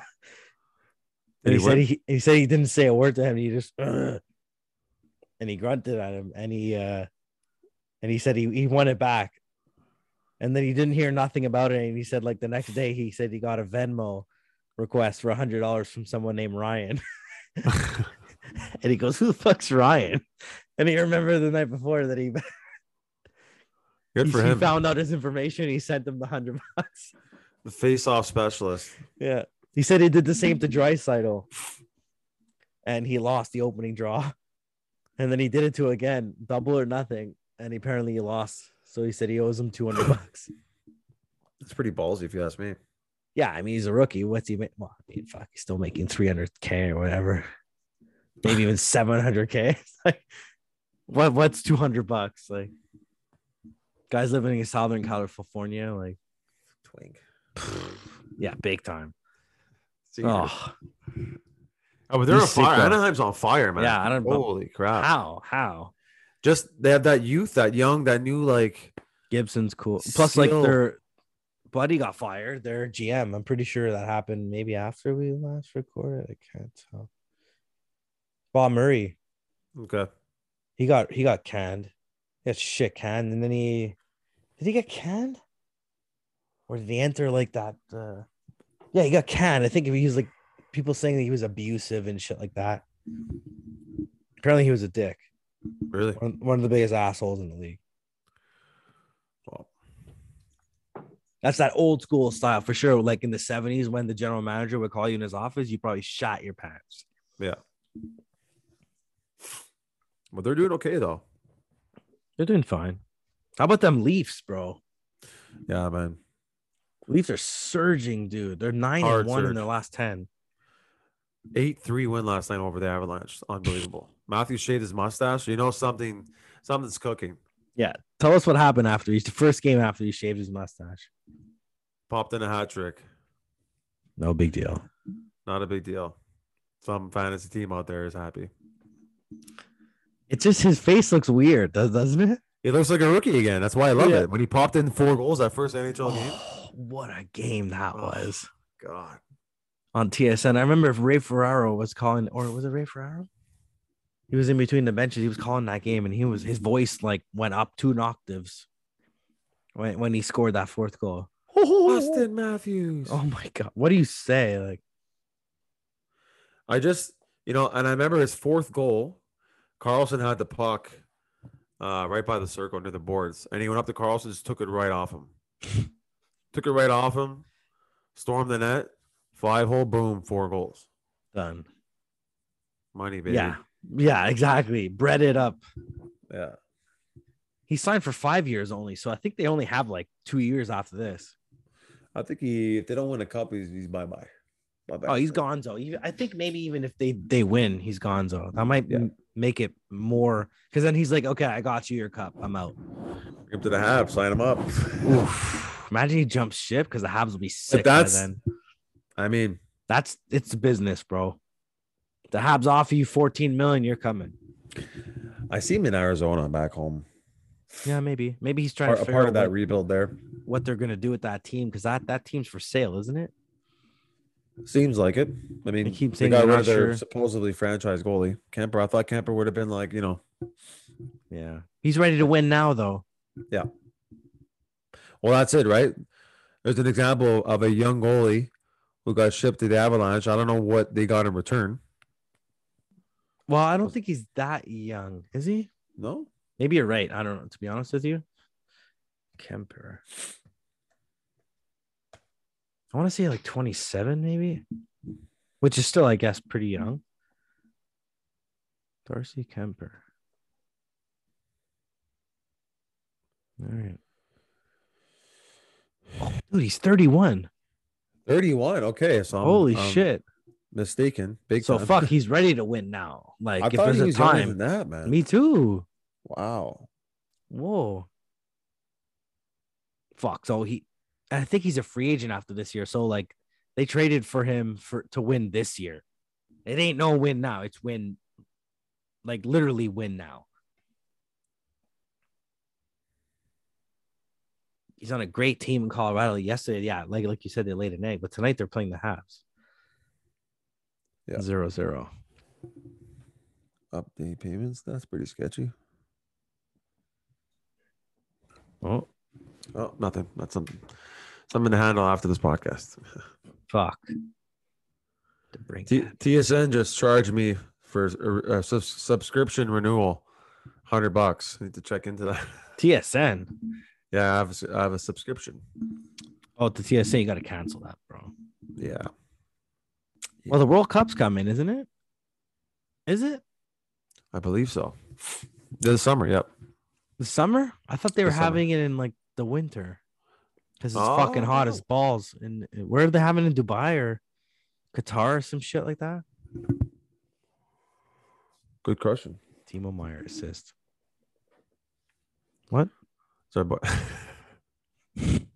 Speaker 3: And
Speaker 2: Did
Speaker 3: he,
Speaker 2: he
Speaker 3: said
Speaker 2: win?
Speaker 3: he, he said he didn't say a word to him. He just "Ugh," and he grunted at him, and he uh, and he said he he won it back, and then he didn't hear nothing about it. And he said like the next day he said he got a Venmo request for a hundred dollars from someone named Ryan, and he goes, "Who the fuck's Ryan?" And he remembered the night before that he
Speaker 2: Good
Speaker 3: he,
Speaker 2: for
Speaker 3: he
Speaker 2: him.
Speaker 3: found out his information. He sent him the hundred bucks.
Speaker 2: the face-off specialist.
Speaker 3: Yeah. He said he did the same to Drysidle. And he lost the opening draw. And then he did it to again, double or nothing. And apparently he lost. So he said he owes him 200 bucks.
Speaker 2: It's pretty ballsy, if you ask me.
Speaker 3: yeah. I mean, he's a rookie. What's he make? Well, I mean, fuck, he's still making 300K or whatever. Maybe even 700K. It's like, what, what's 200 bucks? Like, guys living in Southern California, like,
Speaker 2: Twink.
Speaker 3: yeah, big time.
Speaker 2: Oh,
Speaker 3: Oh,
Speaker 2: but they're
Speaker 3: he's
Speaker 2: on
Speaker 3: sick,
Speaker 2: fire.
Speaker 3: though.
Speaker 2: Anaheim's on fire, man.
Speaker 3: yeah. I don't know.
Speaker 2: Holy crap!
Speaker 3: How? How?
Speaker 2: Just they have that youth, that young, that new, like
Speaker 3: Gibson's cool. Plus, like
Speaker 2: Seal.
Speaker 3: their buddy got fired. Their GM. I'm pretty sure that happened maybe after we last recorded. I can't tell. Bob Murray.
Speaker 2: okay.
Speaker 3: He got he got canned. He got shit canned, and then he did he get canned, or did he enter like that? Uh, yeah, he got canned. I think he was like people saying that he was abusive and shit like that. Apparently, he was a dick.
Speaker 2: Really?
Speaker 3: One, one of the biggest assholes in the league.
Speaker 2: Wow.
Speaker 3: That's that old school style for sure. Like in the 70s, when the general manager would call you in his office, you probably shot your pants.
Speaker 2: Yeah. But they're doing okay though.
Speaker 3: They're doing fine. How about them Leafs, bro?
Speaker 2: Yeah, man.
Speaker 3: Leafs are surging, dude. They're nine
Speaker 2: Hard
Speaker 3: and one
Speaker 2: surge.
Speaker 3: in their last 10.
Speaker 2: Eight three win last night over the Avalanche. Unbelievable. Matthew shaved his mustache. You know something? Something's cooking.
Speaker 3: Yeah. Tell us what happened after he's the first game after he shaved his mustache.
Speaker 2: Popped in a hat trick.
Speaker 3: No big deal.
Speaker 2: Not a big deal. Some fantasy team out there is happy.
Speaker 3: It's just his face looks weird, does- doesn't it?
Speaker 2: He looks like a rookie again. That's why I love
Speaker 3: Yeah.
Speaker 2: it. When he popped in four goals that first NHL game.
Speaker 3: Oh, what a game that
Speaker 2: Oh.
Speaker 3: was.
Speaker 2: God.
Speaker 3: on TSN. I remember if Ray Ferraro was calling, or was it Ray Ferraro? He was in between the benches. He was calling that game, and he was his voice like went up two octaves. when when he scored that fourth goal.
Speaker 2: Austin Matthews.
Speaker 3: Oh my god, what do you say? Like,
Speaker 2: I just, you know, and I remember his fourth goal. Carlson had the puck uh, right by the circle under the boards, and he went up to Carlson, just took it right off him. took it right off him, stormed the net, five hole, boom, four goals.
Speaker 3: done.
Speaker 2: Money, baby.
Speaker 3: Yeah, yeah, exactly. Bread it up.
Speaker 2: Yeah.
Speaker 3: He signed for five years only, so I think they only have like two years after this.
Speaker 2: I think he, if they don't win a cup, he's, he's bye bye. Bye bye.
Speaker 3: Oh, he's Gonzo. He- I think maybe even if they they win, he's Gonzo. That might
Speaker 2: Yeah.
Speaker 3: m- make it more because then he's like, okay, I got you your cup. I'm out.
Speaker 2: Bring him to the half, sign him up.
Speaker 3: Oof. Imagine he jumps ship because the Habs will be sick by
Speaker 2: that's-
Speaker 3: then.
Speaker 2: I mean,
Speaker 3: That's it's business, bro. The Habs offer you 14 million, you're coming.
Speaker 2: I see him in Arizona back home.
Speaker 3: Yeah, maybe. Maybe he's trying
Speaker 2: Part,
Speaker 3: to
Speaker 2: a
Speaker 3: figure
Speaker 2: part of
Speaker 3: out
Speaker 2: that
Speaker 3: what,
Speaker 2: rebuild there.
Speaker 3: what they're gonna do with that team because that, that team's for sale, isn't it?
Speaker 2: Seems like it. I mean,
Speaker 3: keep saying
Speaker 2: they got
Speaker 3: they're
Speaker 2: rid
Speaker 3: not
Speaker 2: of their
Speaker 3: sure.
Speaker 2: supposedly franchise goalie Camper. I thought Camper would have been like, you know,
Speaker 3: Yeah. He's ready to win now though.
Speaker 2: well, that's it, right? There's an example of a young goalie who got shipped to the Avalanche. I don't know what they got in return.
Speaker 3: Well, I don't think he's that young, is he?
Speaker 2: No,
Speaker 3: Maybe you're right. I don't know. To be honest with you, Kemper. I want to say like 27, maybe, which is still, I guess, pretty young. Darcy Kemper. All right. Oh, dude, he's 31.
Speaker 2: 31. Okay, so I'm,
Speaker 3: Holy
Speaker 2: I'm
Speaker 3: shit.
Speaker 2: mistaken. Um, Big
Speaker 3: So,
Speaker 2: time.
Speaker 3: fuck, he's ready to win now. Like,
Speaker 2: I
Speaker 3: if
Speaker 2: thought
Speaker 3: there's
Speaker 2: he
Speaker 3: a
Speaker 2: was younger than
Speaker 3: time.
Speaker 2: that, man.
Speaker 3: Me too.
Speaker 2: wow.
Speaker 3: Whoa. Fuck. So he I think he's a free agent after this year. So like they traded for him for to win this year. It ain't no win now. It's win like literally win now. He's on a great team in Colorado. Yesterday, yeah, like like you said, they laid an egg, but tonight they're playing the halves.
Speaker 2: Yeah.
Speaker 3: Zero zero.
Speaker 2: Update payments. That's pretty sketchy.
Speaker 3: Oh
Speaker 2: Oh, nothing. That's something. Something to handle after this podcast.
Speaker 3: fuck. To bring
Speaker 2: T- TSN just charged me for a, a subs- subscription renewal, hundred bucks. I need to check into that.
Speaker 3: TSN.
Speaker 2: yeah, I have, a s- I have a subscription.
Speaker 3: Oh, the TSA, you got to cancel that, bro.
Speaker 2: Yeah,
Speaker 3: Well, the World Cup's coming, isn't it? Is it
Speaker 2: I believe so. This summer, yep.
Speaker 3: the summer? I thought they
Speaker 2: The
Speaker 3: were
Speaker 2: summer.
Speaker 3: having it in like the winter because it's fucking hot
Speaker 2: Oh.
Speaker 3: as balls. And where are they having it in Dubai or Qatar or some shit like that?
Speaker 2: Good question.
Speaker 3: Timo Meyer assist.
Speaker 2: Sorry, but it's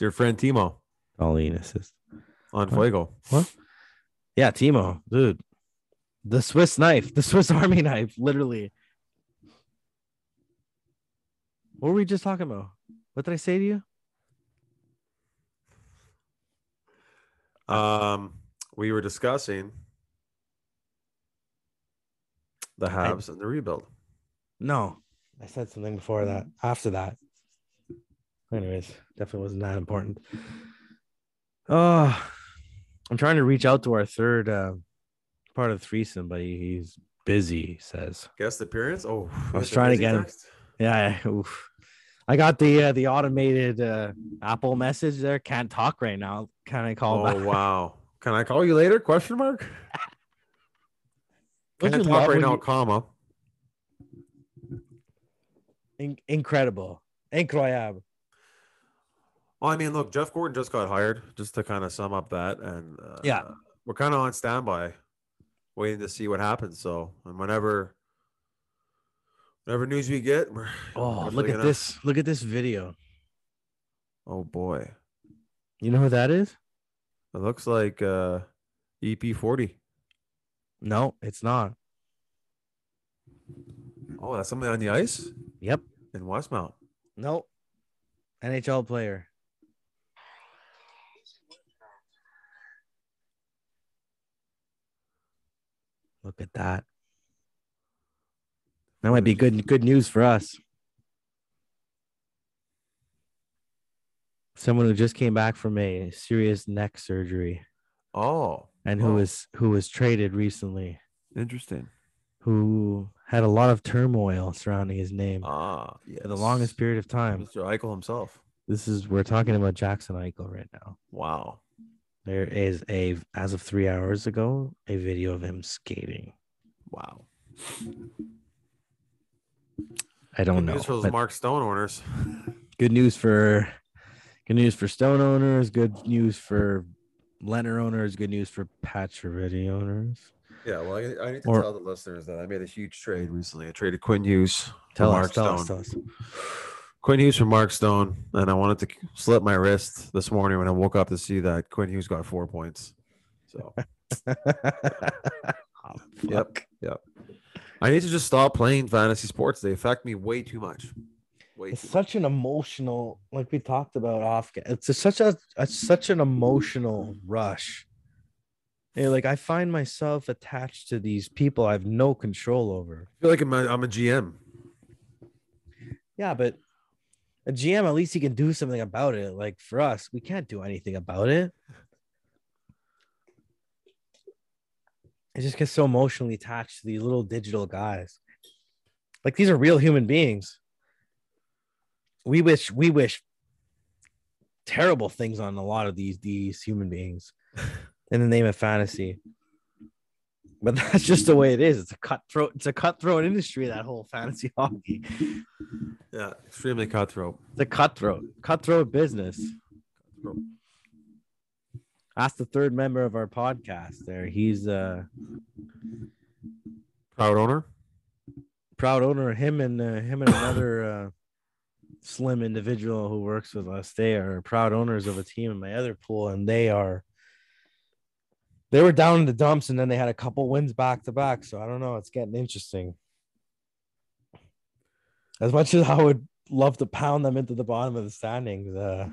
Speaker 2: your friend Timo
Speaker 3: Colleen assist.
Speaker 2: on Fuego.
Speaker 3: Yeah, Timo, dude. The Swiss knife, the Swiss Army knife, literally. What were we just talking about? What did I say to you?
Speaker 2: Um, we were discussing the halves and the rebuild.
Speaker 3: No, I said something before that. After that, anyways, definitely wasn't that important. Oh, I'm trying to reach out to our third uh, part of the threesome, but he, he's busy. He says,
Speaker 2: Guest appearance. Oh,
Speaker 3: I was
Speaker 2: that's a
Speaker 3: trying to
Speaker 2: busy
Speaker 3: get him.
Speaker 2: text.
Speaker 3: "Yeah, I- oof. I got the uh, the automated uh, Apple message there. Can't talk right now. Can I call
Speaker 2: Oh
Speaker 3: back?
Speaker 2: wow! Can I call you later? Question mark.
Speaker 3: Don't
Speaker 2: Can I
Speaker 3: you
Speaker 2: talk
Speaker 3: love
Speaker 2: right
Speaker 3: when
Speaker 2: now?
Speaker 3: you-
Speaker 2: Comma.
Speaker 3: In- incredible, incroyable.
Speaker 2: Well, I mean, look, Jeff Gordon just got hired. Just to kind of sum up that, and uh,
Speaker 3: Yeah.
Speaker 2: we're kind of on standby, waiting to see what happens. So, and whenever, whatever news we get, we're
Speaker 3: Oh,
Speaker 2: definitely
Speaker 3: look at
Speaker 2: gonna-
Speaker 3: this! Look at this video.
Speaker 2: Oh boy,
Speaker 3: You know who that is?
Speaker 2: it looks like uh, EP forty.
Speaker 3: No, it's not.
Speaker 2: Oh, that's something on the ice
Speaker 3: Yep,
Speaker 2: in Westmount.
Speaker 3: No. NHL player. Look at that. That might be good good news for us. someone who just came back from a serious neck surgery
Speaker 2: Oh,
Speaker 3: and who
Speaker 2: Oh.
Speaker 3: was who was traded recently,
Speaker 2: interesting.
Speaker 3: who had a lot of turmoil surrounding his name
Speaker 2: Ah, yeah.
Speaker 3: for the longest period of time.
Speaker 2: Mr. Eichel himself.
Speaker 3: This is we're talking about Jackson Eichel right now.
Speaker 2: Wow.
Speaker 3: There is a as of three hours ago a video of him skating.
Speaker 2: Wow.
Speaker 3: I don't
Speaker 2: Good
Speaker 3: know.
Speaker 2: news for those
Speaker 3: but
Speaker 2: Mark Stone owners.
Speaker 3: good news for good news for Stone owners. Good news for Leonard owners. Good news for Pacioretty owners.
Speaker 2: Yeah, well, I, I need
Speaker 3: to Or-
Speaker 2: the listeners that I made a huge trade recently. I traded Quinn Hughes.
Speaker 3: Tell
Speaker 2: Mark
Speaker 3: us, tell us,
Speaker 2: Stone.
Speaker 3: tell us.
Speaker 2: Quinn Hughes for Mark Stone, and I wanted to slip my wrist this morning when I woke up to see that Quinn Hughes got four points. So Ah,
Speaker 3: Oh,
Speaker 2: Yep.
Speaker 3: fuck.
Speaker 2: I need to just stop playing fantasy sports. They affect me way too much. Way
Speaker 3: It's
Speaker 2: too much.
Speaker 3: such an emotional, like we talked about off. It's a, such a, a such an emotional rush. Yeah, like I find myself attached to these people I have no control over.
Speaker 2: I feel like I'm a, I'm a GM.
Speaker 3: Yeah, but a GM at least he can do something about it. Like for us, we can't do anything about it. I just get so emotionally attached to these little digital guys. Like these are real human beings. We wish we wish terrible things on a lot of these these human beings in the name of fantasy. But that's just the way it is. It's a cutthroat, it's a cutthroat industry, that whole fantasy hockey.
Speaker 2: Yeah, extremely cutthroat.
Speaker 3: The cutthroat, cutthroat business.
Speaker 2: Cutthroat.
Speaker 3: That's the third member of our podcast. There, he's uh, a
Speaker 2: Proud owner.
Speaker 3: proud owner. Him and uh, him and another uh, slim individual who works with us. They are proud owners of a team in my other pool, and they are. They were down in the dumps, and then they had a couple wins back to back. So I don't know. It's getting interesting. As much as I would love to pound them into the bottom of the standings, uh,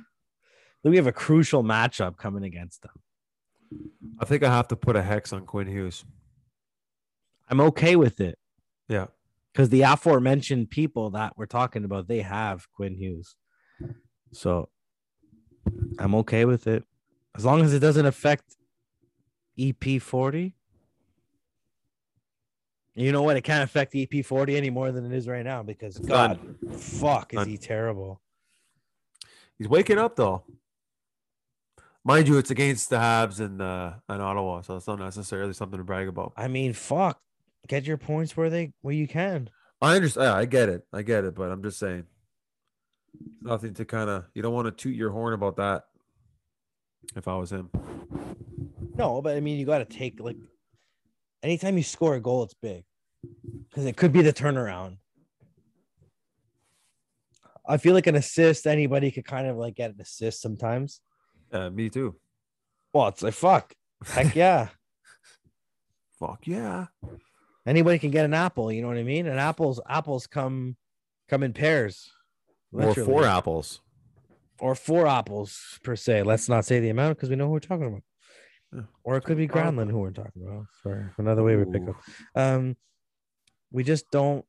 Speaker 3: we have a crucial matchup coming against them.
Speaker 2: I think I have to put a hex on Quinn Hughes.
Speaker 3: I'm okay with it.
Speaker 2: Yeah.
Speaker 3: because the aforementioned people that we're talking about, they have Quinn Hughes. So I'm okay with it. As long as it doesn't affect E EP40. You know what? It can't affect EP40 any more than it is right now because God,
Speaker 2: Done.
Speaker 3: fuck, is
Speaker 2: Done.
Speaker 3: he terrible?
Speaker 2: He's waking up though. Mind you, it's against the Habs and uh, and Ottawa, so it's not necessarily something to brag about.
Speaker 3: I mean, fuck. Get your points where they where you can.
Speaker 2: I understand. I get it. I get it. But I'm just saying, nothing to kind of. You don't want to toot your horn about that. If I was him,
Speaker 3: No, but I mean, you got to take like anytime you score a goal, it's big because it could be the turnaround. I feel like an assist, anybody could kind of like get an assist sometimes.
Speaker 2: uh, me too.
Speaker 3: Well, it's like, fuck, heck yeah.
Speaker 2: Fuck yeah.
Speaker 3: Anybody can get an apple. You know what I mean? And apples, apples come, come in pairs.
Speaker 2: Or
Speaker 3: literally.
Speaker 2: four apples.
Speaker 3: or four apples per se. Let's not say the amount because we know who we're talking about.
Speaker 2: Yeah.
Speaker 3: Or it could be
Speaker 2: Probably.
Speaker 3: Groundland who we're talking about for another way we pick
Speaker 2: Ooh.
Speaker 3: up. Um, we just don't.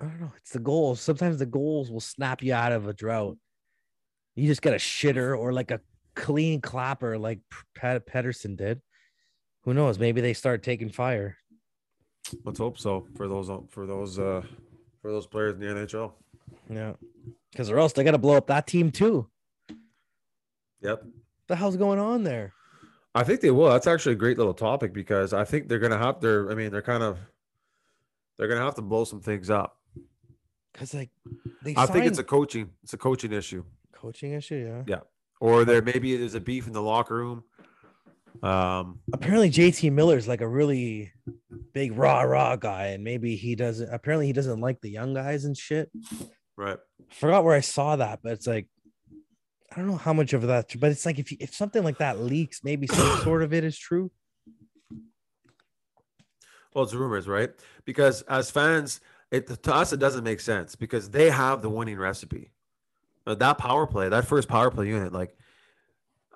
Speaker 3: I don't know. It's the goals. Sometimes the goals will snap you out of a drought. You just get a shitter or like a clean clapper, like Pat Pedersen did. Who knows? Maybe they start taking fire.
Speaker 2: Let's hope so for those for those uh for those players in the NHL.
Speaker 3: Yeah, because or else they got to blow up that team too.
Speaker 2: Yep.
Speaker 3: the hell's going on there?
Speaker 2: I think they will. That's actually a great little topic because I think they're gonna have their. I mean, they're kind of they're gonna have to blow some things up.
Speaker 3: Because like they
Speaker 2: I think it's a
Speaker 3: signed-
Speaker 2: coaching. It's a coaching issue,
Speaker 3: coaching issue. Yeah.
Speaker 2: or there maybe there's a beef in the locker room. Um,
Speaker 3: apparently JT Miller's like a really big rah rah guy, and maybe he doesn't. Apparently, he doesn't like the young guys and shit.
Speaker 2: right.
Speaker 3: Forgot where I saw that, but it's like I don't know how much of that. But it's like if you, if something like that leaks, maybe some sort of it is true.
Speaker 2: Well, it's rumors, right? Because as fans, it to us it doesn't make sense because they have the winning recipe. But that power play, that first power play unit, like,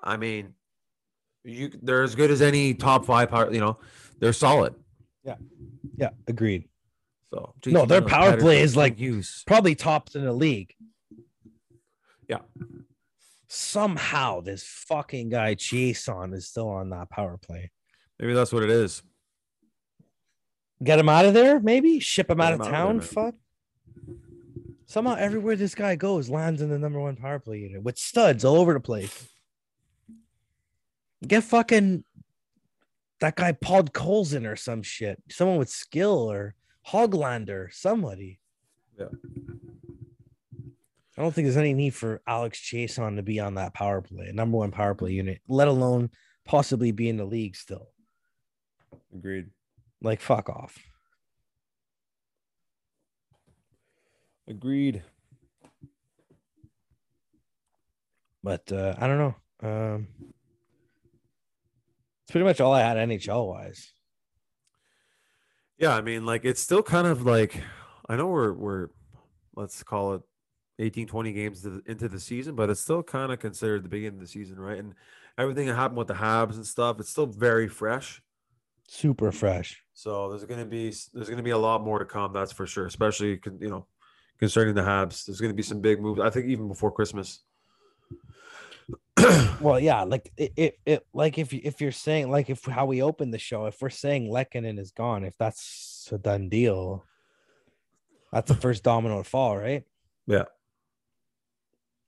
Speaker 2: I mean, you they're as good as any top five power. You know, they're solid.
Speaker 3: Yeah, agreed.
Speaker 2: So
Speaker 3: No, their power play is like-
Speaker 2: use.
Speaker 3: Probably tops in the league. somehow this fucking guy Jason is still on that power play.
Speaker 2: Maybe that's what it is.
Speaker 3: Get him out of there, maybe ship him
Speaker 2: Get
Speaker 3: out
Speaker 2: him
Speaker 3: of
Speaker 2: out of
Speaker 3: town.
Speaker 2: there,
Speaker 3: Fuck. Somehow everywhere this guy goes lands in the number one power play unit with studs all over the place. Get fucking that guy Paul Coles in or some shit. Someone with skill or Hoglander, somebody.
Speaker 2: Yeah.
Speaker 3: I don't think there's any need for Alex Chason to be on that power play, number one power play unit, let alone possibly be in the league still.
Speaker 2: Agreed.
Speaker 3: Like, fuck off.
Speaker 2: Agreed.
Speaker 3: But uh, I don't know. Um, it's pretty much all I had NHL wise.
Speaker 2: Yeah, I mean, like it's still kind of like I know we're we're let's call it 18, 20 games to the- into the season, but it's still kind of considered the beginning of the season, right? And everything that happened with the Habs and stuff, it's still very fresh.
Speaker 3: Super fresh.
Speaker 2: So there's gonna be s- there's gonna be a lot more to come, that's for sure. Especially con- you know concerning the Habs, there's gonna be some big moves. I think even before Christmas.
Speaker 3: Well, yeah, like it, it, it like if you- if you're saying like if how we open the show, if we're saying Lekanen is gone, if that's a done deal, that's the first domino to fall, right?
Speaker 2: Yeah.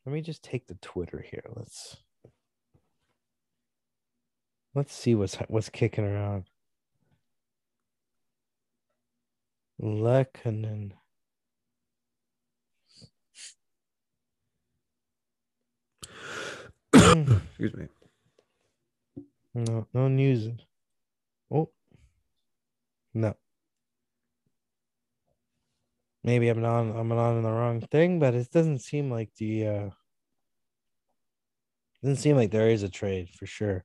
Speaker 3: Let me just take the Twitter here. Let's let's see what's what's kicking around. Lekanen.
Speaker 2: Excuse me.
Speaker 3: No, no news. Oh, no. Maybe I'm not. I'm not in the wrong thing, but it doesn't seem like the. uh Doesn't seem like there is a trade for sure.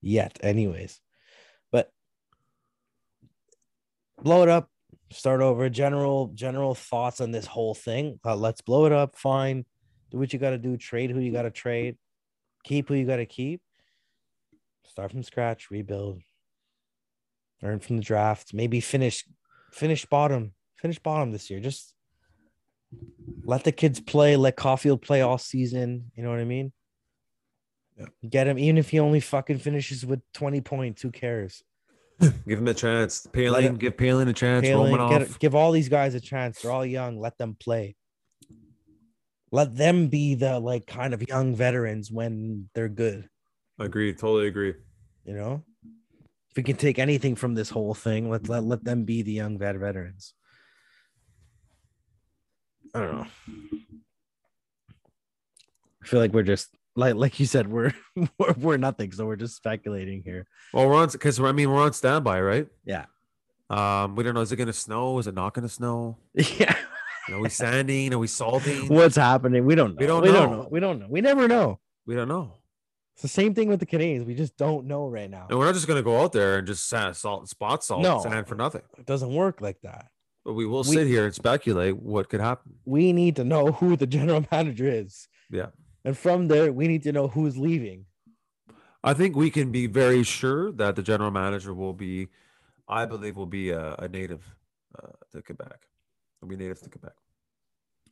Speaker 3: Yet, anyways, but blow it up. Start over. General general thoughts on this whole thing. Uh, let's blow it up. Fine. Do what you got to do. Trade who you got to trade keep who you got to keep, start from scratch, rebuild, learn from the draft, maybe finish finish bottom, finish bottom this year. Just let the kids play, let Caulfield play all season. You know what I mean?
Speaker 2: Yeah.
Speaker 3: Get him, even if he only fucking finishes with 20 points, who cares?
Speaker 2: Give him a chance. Palin,
Speaker 3: it-
Speaker 2: give Palin a chance.
Speaker 3: Palin,
Speaker 2: Romanoff.
Speaker 3: get, give all these guys a chance. They're all young. Let them play. Let them be the like kind of young veterans when they're good.
Speaker 2: Agree. Totally agree.
Speaker 3: you know if we can take anything from this whole thing let let, let them be the young vet veterans i don't know i feel like we're just like like you said we're we're, we're nothing so we're just speculating here
Speaker 2: Well, we're on because I mean we're on standby, right?
Speaker 3: Yeah.
Speaker 2: Um, we don't know. Is it gonna snow? Is it not gonna snow?
Speaker 3: yeah
Speaker 2: Are we sanding? Are we salting?
Speaker 3: what's happening we don't know
Speaker 2: We don't
Speaker 3: we
Speaker 2: know.
Speaker 3: don't know we don't know we never know
Speaker 2: We don't know.
Speaker 3: it's the same thing with the canadians we just don't know right now
Speaker 2: And we're not just gonna go out there and just sand, salt, spot salt,
Speaker 3: No.
Speaker 2: sand for nothing.
Speaker 3: it doesn't work like that
Speaker 2: But we will
Speaker 3: We-
Speaker 2: sit here and speculate what could happen.
Speaker 3: we need to know who the general manager is
Speaker 2: Yeah.
Speaker 3: and from there we need to know who's leaving
Speaker 2: I think we can be very sure that the general manager will be, I believe, will be a, a native uh, to Quebec. Will be native to Quebec.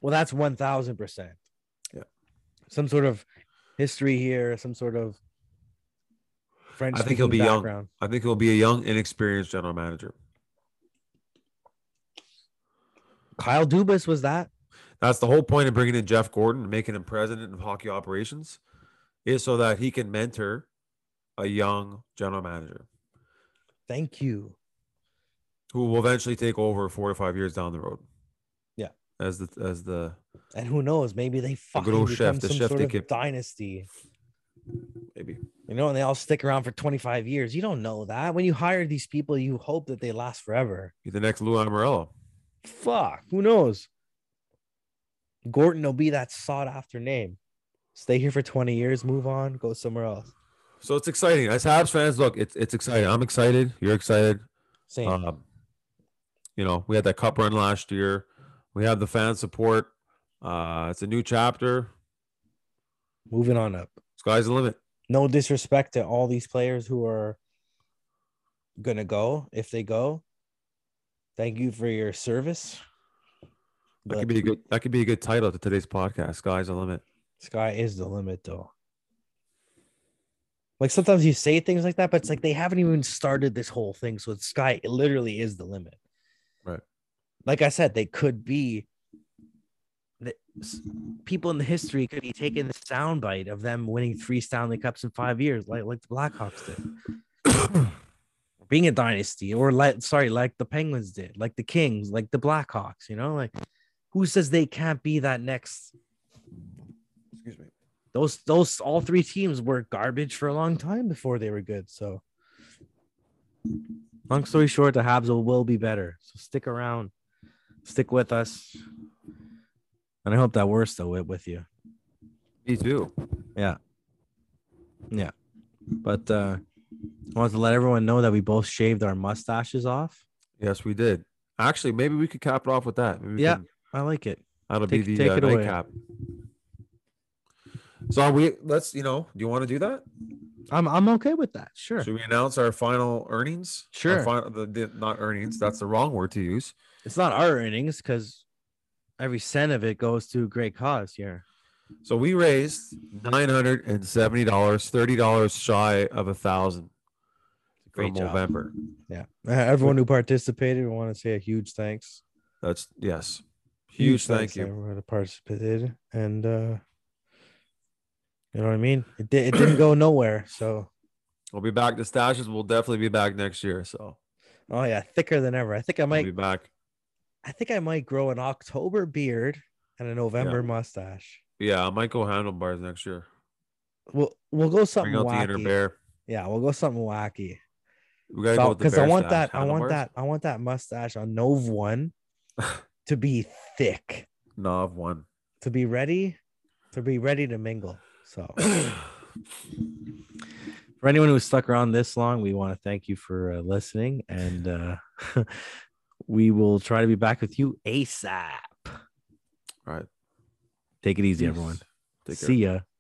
Speaker 3: Well, that's one thousand percent.
Speaker 2: Yeah.
Speaker 3: Some sort of history here, some sort of French.
Speaker 2: I think he'll
Speaker 3: speaking
Speaker 2: be young.
Speaker 3: background.
Speaker 2: I think he'll be a young, inexperienced general manager.
Speaker 3: Kyle Dubas was that.
Speaker 2: That's the whole point of bringing in Jeff Gordon and making him president of hockey operations, is so that he can mentor a young general manager
Speaker 3: Thank you.
Speaker 2: who will eventually take over four to five years down the road.
Speaker 3: Yeah.
Speaker 2: as the as the
Speaker 3: And who knows? Maybe they fucking
Speaker 2: old
Speaker 3: become
Speaker 2: chef, the
Speaker 3: some
Speaker 2: chef
Speaker 3: sort
Speaker 2: they
Speaker 3: of
Speaker 2: kept-
Speaker 3: dynasty.
Speaker 2: maybe
Speaker 3: You know, and they all stick around for twenty five years. You don't know that. When you hire these people, you hope that they last forever.
Speaker 2: be the next Lou Amarillo.
Speaker 3: Fuck. Who knows? Gordon will be that sought after name. Stay here for twenty years, move on, go somewhere else.
Speaker 2: So it's exciting. As Habs fans, look, it's it's exciting. I'm excited. You're excited.
Speaker 3: Same.
Speaker 2: Um, you know, we had that cup run last year. We have the fan support. Uh, it's a new chapter.
Speaker 3: Moving on up.
Speaker 2: Sky's the limit.
Speaker 3: no disrespect to all these players who are gonna go if they go. Thank you for your service.
Speaker 2: That
Speaker 3: But
Speaker 2: could be a good. That could be a good title to today's podcast. Sky's the limit.
Speaker 3: Sky is the limit, though. Like sometimes you say things like that, but it's like they haven't even started this whole thing. So it's sky it literally is the limit.
Speaker 2: Right.
Speaker 3: Like I said, they could be the s- people in the history could be taking the soundbite of them winning three Stanley Cups in five years, like like the Blackhawks did, being a dynasty, or like sorry, like the Penguins did, like the Kings, like the Blackhawks. You know, like who says they can't be that next
Speaker 2: Excuse me.
Speaker 3: those those all three teams were garbage for a long time before they were good. So long story short, the Habs will, will be better. So stick around, stick with us. And I hope that we're still with, with you.
Speaker 2: Me too.
Speaker 3: But uh I wanted to let everyone know that we both shaved our mustaches off.
Speaker 2: Yes, we did. Actually, maybe we could cap it off with that. Maybe we
Speaker 3: Yeah.
Speaker 2: can-
Speaker 3: I like it.
Speaker 2: that'll
Speaker 3: Take-
Speaker 2: be the
Speaker 3: take
Speaker 2: uh,
Speaker 3: it away.
Speaker 2: nightcap. So are we let's you know. Do you want to do that?
Speaker 3: I'm I'm okay with that. Sure.
Speaker 2: Should we announce our final earnings? Our
Speaker 3: Sure.
Speaker 2: final- the, the, not earnings. That's the wrong word to use.
Speaker 3: It's not our earnings because every cent of it goes to a great cause here.
Speaker 2: So we raised nine hundred and seventy dollars, thirty dollars shy of a thousand for
Speaker 3: Great job.
Speaker 2: November.
Speaker 3: Yeah. Uh, Everyone who participated, we want to say a huge thanks.
Speaker 2: That's yes, huge, thank
Speaker 3: thanks to
Speaker 2: you.
Speaker 3: everyone that participated and uh you know what i mean it, did, it didn't go nowhere so
Speaker 2: We'll be back. The stashes will definitely be back next year. So
Speaker 3: oh yeah thicker than ever i think i
Speaker 2: we'll
Speaker 3: might
Speaker 2: be back.
Speaker 3: i think i might grow an october beard and a november mustache
Speaker 2: Yeah, I might go handlebars next year.
Speaker 3: we'll we'll go something
Speaker 2: Bring out the inner
Speaker 3: wacky
Speaker 2: bear.
Speaker 3: yeah we'll go something wacky
Speaker 2: We gotta go with the
Speaker 3: because i
Speaker 2: bear
Speaker 3: want
Speaker 2: stash.
Speaker 3: that i want
Speaker 2: Handlebars?
Speaker 3: that i want that mustache on nov one to be thick
Speaker 2: No, I've won.
Speaker 3: to be ready to be ready to mingle so for anyone who stuck around this long, we want to thank you for uh, listening, and uh, we will try to be back with you ASAP.
Speaker 2: All right.
Speaker 3: Take it easy, everyone.
Speaker 2: Take care.
Speaker 3: See ya.